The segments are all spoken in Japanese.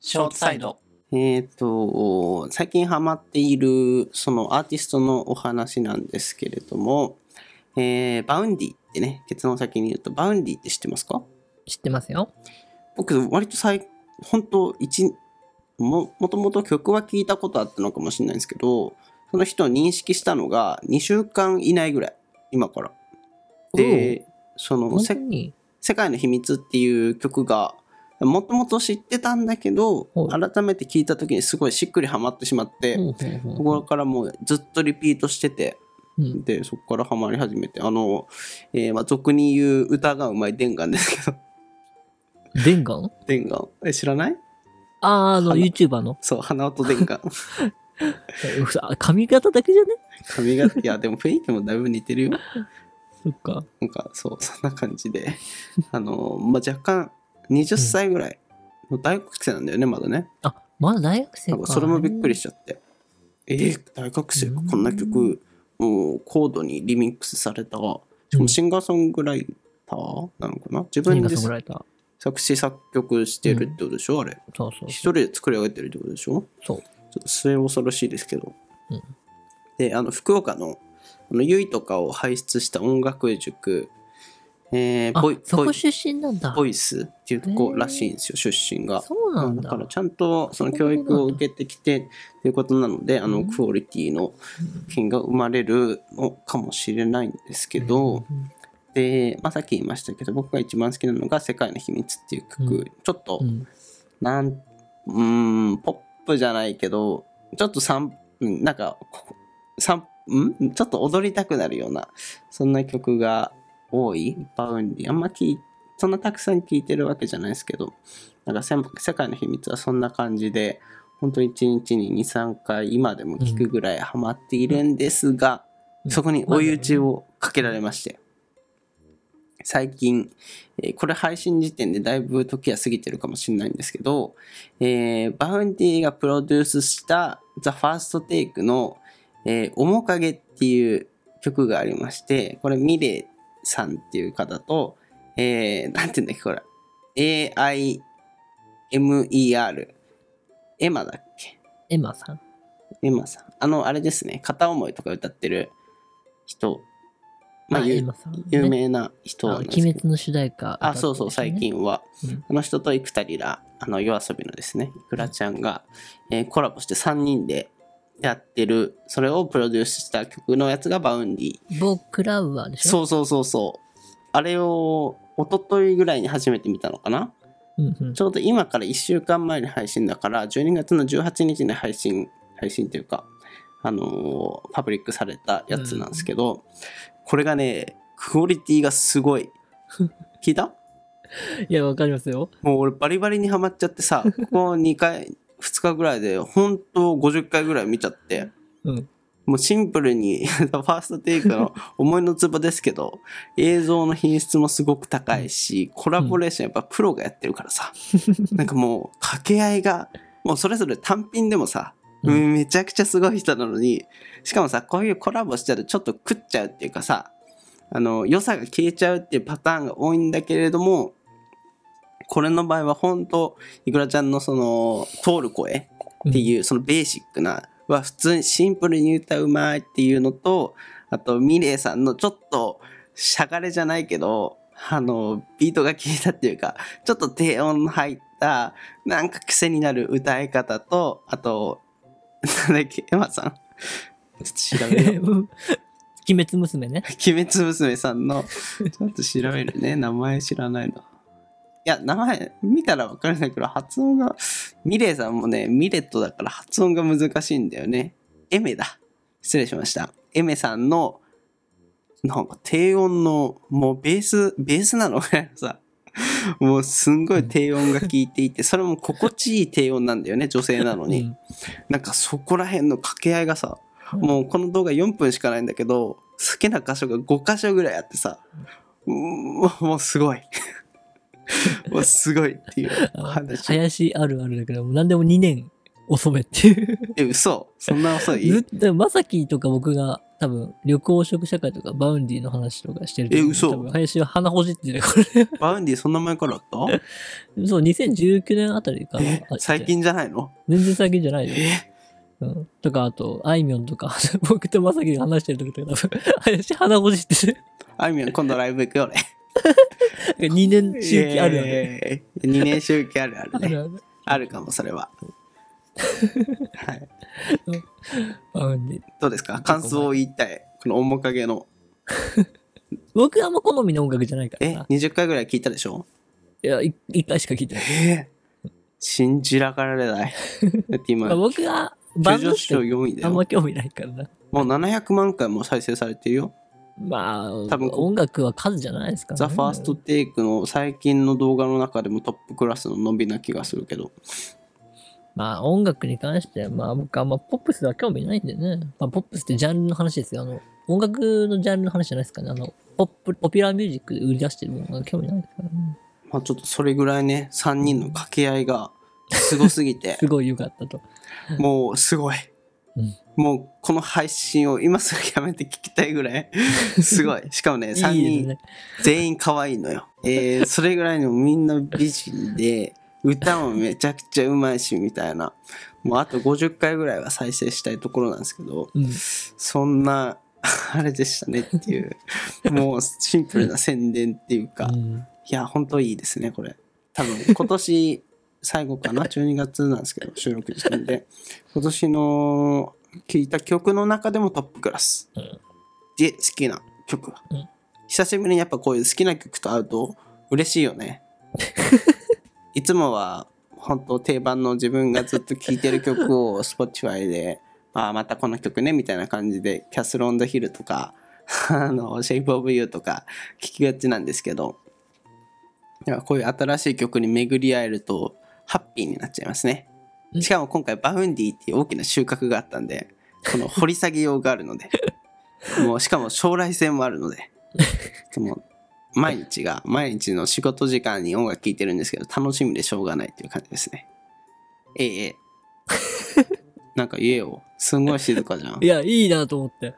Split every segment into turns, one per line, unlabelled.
ショートサイド。
えっ、と、最近ハマっている、そのアーティストのお話なんですけれども、えー、バウンディってね、結論先に言うと、バウンディって知ってますか
知ってますよ。
僕、割と最、本当一、も、もともと曲は聞いたことあったのかもしれないんですけど、その人を認識したのが2週間以内ぐらい、今から。で、その、
本当
せ
に。
世界の秘密っていう曲がもともと知ってたんだけど
は
改めて聞いた時にすごいしっくりハマってしまって、
うんうん
ここからもうずっとリピートしてて
うん
でそこからハマり始めてあの、えーまあ、俗に言う歌がうまい伝願です けど
デンガン
伝願え知らない
あー、あの、
花
YouTuber の。
そう鼻音伝 願
えうそ髪型だけじゃね
髪がいやでも雰囲気もだいぶ似てるよ
そっか。
なんかそうそんな感じであの、まあ、若干20歳ぐらいの大学生なんだよねまだね
あ、まだ大学生
なん
か。
かそれもびっくりしちゃって。えー、大学生がこんな曲、もうコードにリミックスされた。しかもシンガーソングライターなのかな自
何
分
が
で
そぐらいだ。
作詞作曲してるってことでしょ、あれ。
そうそう
一
そ
人
う。
で作り上げてるってことでしょ
そう。
ちょっと末恐ろしいですけど。
うん
で、あの、福岡の、あの、ゆいとかを輩出した音楽塾、えー、
あ
ボイ、
そ
ボ
こ
イ
出身なんだ。
ボイスっていうとこらしいんですよ、出身が。
そう
ま
な
あ
ん
だ
だ。
からちゃんとその教育を受けてきてということなのであのクオリティの金が生まれるのかもしれないんですけど
うん
で、まあ、さっき言いましたけど僕が一番好きなのが「世界の秘密」っていう
う
曲ちょっと
うん。
なんうーんポップじゃないけどちょっとさんうんなんかここさんんちょっと踊りたくなるようなそんな曲が多いバウンディあんま聞いそんなたくさん聴いてるわけじゃないですけどなんかせん世界の秘密はそんな感じで本当一日に23回今でも聞くぐらいハマっているんですが、
うん
そこに追い打ちをかけられまして最近、えーこれ配信時点でだいぶ時は過ぎてるかもしれないんですけど、えーバウンディがプロデュースした「THEFIRSTTAKE」の「えー面影」っていう曲がありましてこれミレイさんっていう方と、えー、なんていうんだっけこれ AIMER エマだっけ
エマさん。
エマさんあのあれですね片思いとか歌ってる人まあ、
あ
ゆ
エマさんね。
有名な人
あ
なん
鬼
ですけど
滅の主題歌。
あ、そうそう、最。近は。
うん
あの人と幾田りら、あの、夜遊びのですね、いくらちゃんが、えーコラボして3人でやってる、それをプロデュースした曲のやつがバウンディ。
僕らはでしょ
そうそうそうそう。あれを、一昨日ぐらいに初めて見たのかな
うんうん
ちょうど今から1週間前に配信だから、12月の18日に配信、配信というか、あのーパブリックされたやつなんですけど、これがね、クオリティがすご い。聞いた
いや、わかりますよ。
もう俺バリバリにハマっちゃって さここ2回2日ぐらいで本当50回ぐらい見ちゃって
うん。
もうシンプルに ファーストテイクの思いのツボですけど映像の品質もすごく高いしコラボレーションやっぱプロがやってるからさなんかもう掛け合いがもうそれぞれ単品でもさ
う
めちゃくちゃすごい人なのにしかもさこういうコラボしちゃうとちょっと食っちゃうっていうかさあの良さが消えちゃうっていうパターンが多いんだけれどもこれの場合は本当いくらちゃんのその通る声っていうそのベーシックなは普通にシンプルに歌うまいっていうのとあとミレイさんのちょっとしゃがれじゃないけどあのビートが効いたっていうかちょっと低音の入ったなんか癖になる歌い方とあとなんだっけエマさんちょっと調べよう
うん 鬼滅娘ね。
鬼滅娘さんのちょっと調べるね名前知らないのいや名前見たら分からないけど発音がミレイさんもねミレットだから発音が難しいんだよねエメだ失礼しましたエメさんのなんか低音のもうベースベースなの ぐらいのさもうすんごい低音が効いていてそれも心地いい低音なんだよね女性なの
う
に、
ん
なんかそこら辺の掛け合いがさ、
うん
もうこの動画4分しかないんだけど、好きな箇所が5箇所ぐらいあってさ、うんもう もうす ごい。もうすごいっていうお
あの
話。
林あるあるだけど、もう何でも2年遅めっていう。
え、嘘そんな嘘いい
ずっと、まさきとか僕が多分、緑黄色社会とかバウンディの話とかしてると
え
思う
嘘
多分、林は鼻ほじってる、これ。
バウンディそんな前からあった
そう、2019年あたりかな
え。
あ
最近じゃないの
全然最近じゃないよ。
え
うん。とか、あと、あいみょんとか、 僕とまさきが話してる時とか、多分、林鼻ほじってる。
あいみょん今度ライブ行くよね。
2年周期あるよね。
えー。2年周期あるある
ある
ね。
ある。
あるかもそれ は。はい、
バウンディ。
どうですか感想を言いたい。この面影の。
僕はあんま好みの音楽じゃないから
え
さ。
20回ぐらい聞いたでしょ
いや、い一回しか聞いてない。
えー信じらがられない。だって今
まあ、、僕は、
急
バンド
上
として
昇4位だ
あんま
よ。
興味ないからな。
もう700万回も再生されてるよ。
まあ、
多分こ
音楽は数じゃないですか、ね。
ザ・ファースト・テイクの最近の動画の中でもトップクラスの伸びな気がするけど。
まあ、音楽に関しては、まあ、僕はあんまポップスは興味ないんでね。まあ、ポップスってジャンルの話ですよ。あの、音楽のジャンルの話じゃないですかね。あの、ポップ、ポピュラーミュージックで売り出してるものが興味ないですからね。
まあちょっとそれぐらいね、3人の掛け合いがすごすぎ て
す、ごい良かったと。
もうすごい
うん。
もうこの配信を今すぐやめて聞きたいぐらいすごい。しかもね、3
いいです
人
ね。
全員可愛いのよ。えー、それぐらいのみんな美人で、歌もめちゃくちゃうまいし、みたいな。もうあと50回ぐらいは再生したいところなんですけど、
うん。
そんな、あれでしたねっていう、もうシンプルな宣伝っていうか、
うん
いや、本当いいですね、これ。多 分、今年最後かな、12月なんですけど、収録時点で。今年の聴いた曲の中でもトップクラス。
うん
で、好きな曲は。
うん
久しぶりにやっぱこういう好きな曲と会うと嬉しいよ ね。いつもは、本当定番の自分がずっと聴いてる曲を Spotify で、ああ、またこの曲ね、みたいな感じで、キャスル・オン・ド・ヒルとか、あの、シェイプ・オブ・ユーとか聴きがちなんですけど、いやこういう新しい曲に巡り合えるとハッピーになっちゃいますね
うん
しかも今回バウンディっていう大きな収穫があったんでこの掘り下げようがあるの でもうしかも将来性もあるのでもう毎日が毎日の仕事時間に音楽聴いてるんですけど楽しみでしょうがないっていう感じですねえええ えなんか言えよすんごい静かじゃん
いや、いいなと思って。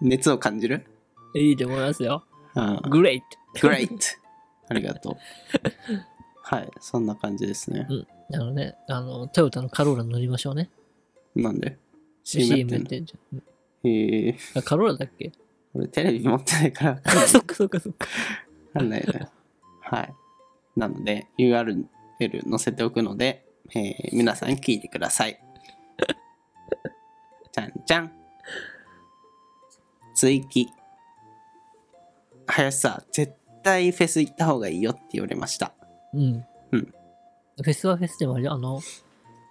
熱を感じる
いいと思いますよ。
うん
グレイト。
グレイトありがとうはいそんな感じですね
あのね、あの、トヨタのカローラ乗りましょうね。
なんで
CM やっ
んの
てんじゃん。
へえ
あカローラだっ け
俺テレビ持ってないからわ
そっかそっかそっか。
かんないな。はい。なので、URL 載せておくので、えー皆さん聞いてください。じゃんじゃん。追記。林さん、絶対フェス行った方がいいよって言われました。
うん。
うん
フェスはフェスでもあれよあの、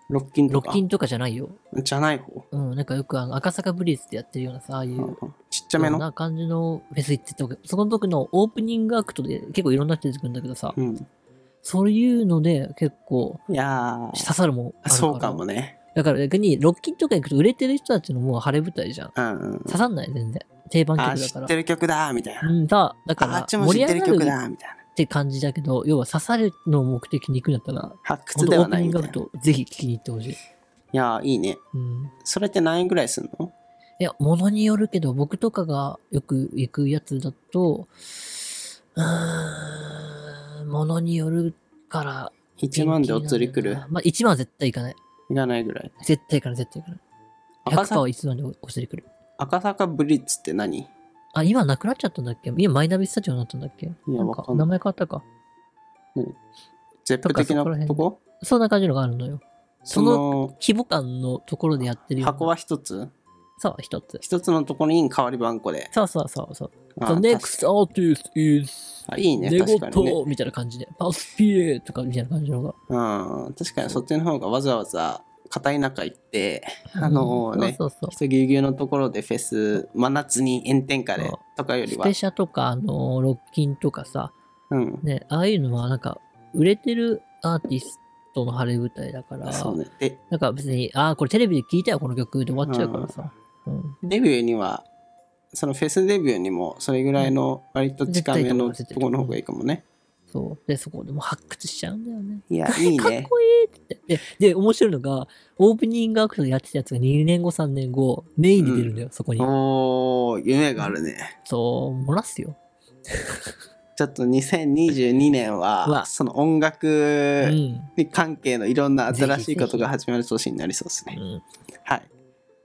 ロッキン
ロ
と
ッ
か
キンとかじゃないよ。
じゃない方、
うん、なんかよくあの赤坂ブリーズでやってるようなさ、ああいう、
うんちっちゃめ
そん
の。
な感じのフェス行ってたわけそこの時のオープニングアクトで結構いろんな人出てくるんだけどさ、
うん。
そういうので結構
いやー
刺さるもんあるから。
そうかもね。
だから逆にロッキンとか行くと売れてる人たちのもう晴れ舞台じゃん。
うんうん。
刺さんない全然。定番
あー、
曲だ
知
か
っ
ら
て。る曲だーみたいな
う。ん、だだか
あっ
ら
ちも
盛
知
り
って
上
る曲
がる
だみたいな
って感じだけど、要は刺さるのを目的に行くんだったら、
発掘
本
で
当オ
は
ープ
ない
ニン
み
グ
た
ア
い
ク
ない
トぜひ聞きに行ってほしい。
やーいいね
うん
それって何円ぐらいすんの
いや、ものによるけど、僕とかがよく行くやつだと、うーん、ものによるから。
1万でお釣り来る
元気なんだよなまあ、1万は絶対行かない。
いらないぐらい
絶対行かない、絶対行かない。
赤
100%
坂
は1万でお釣り来る。
赤坂ブリッツって何
あ、今なくなっちゃったんだっけ今マイナビスタジオになったんだっけ
や
なん
わ
か
かんない
名前変わったか。
ゼップ的な
とかそこら辺
とこ
そんな感じのがあるのよ。
そ
そ
の
の規模感のところでやってるような。
箱は一つ
そう、一つ。
一つのところに代わり番号で
そうそうそうそう。
あ
The
ー
next artist is
確かにあいいね
寝
確かにね
言みたいな感じで。パスピエとかみたいな感じのが。
うん確かにそっちの方がわざわざ片田舎行ってあのね
そうそうそう。
人ぎゅうぎゅうのところでフェス真夏に炎天下で
そう
とかより
ス
は
ペシャとか、あの、ロッキンとかさ、
うん
ね、ああいうのはなんか、売れてるアーティストの晴れ舞台だから、
そうねで
なんか別に、ああ、これテレビで聞いたよ、この曲で終わっちゃうからさ。うん。
デビューには、そのフェスデビューにも、それぐらいの割と近めのとこの方がいいかもね。
そう。で、そこでもう発掘しちゃうんだよね。
いや、いい
かっ
ね。
こいいって。で、で、面白いのが、オープニングアクションやってたやつが2年後、3年後、メインに出るんだよ、そこに。
おー、夢があるね。
そう、漏らすよ。
ちょっと2022年
うわ
は、その音
う
楽
ん。
に関係のいろんな新しいこと
ぜひぜ
が
ひ
始まる年になりそうです
う
ね。
ん、
はい。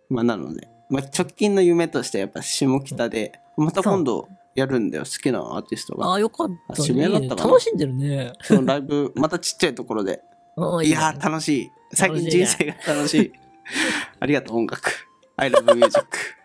まあ、なので、まあ、直近の夢としてやっぱ下北で、また今度やるんだよ、好きなアーティスト
あ
が。
あ、よかった、
あ渋谷だったかな
楽しんでるね。
そのライ ブ、またちっちゃいところで。
うん
いや
ね
ー、楽しい。最近
楽しい
人
ね
生が楽しい。ありがとう、音楽。I love music.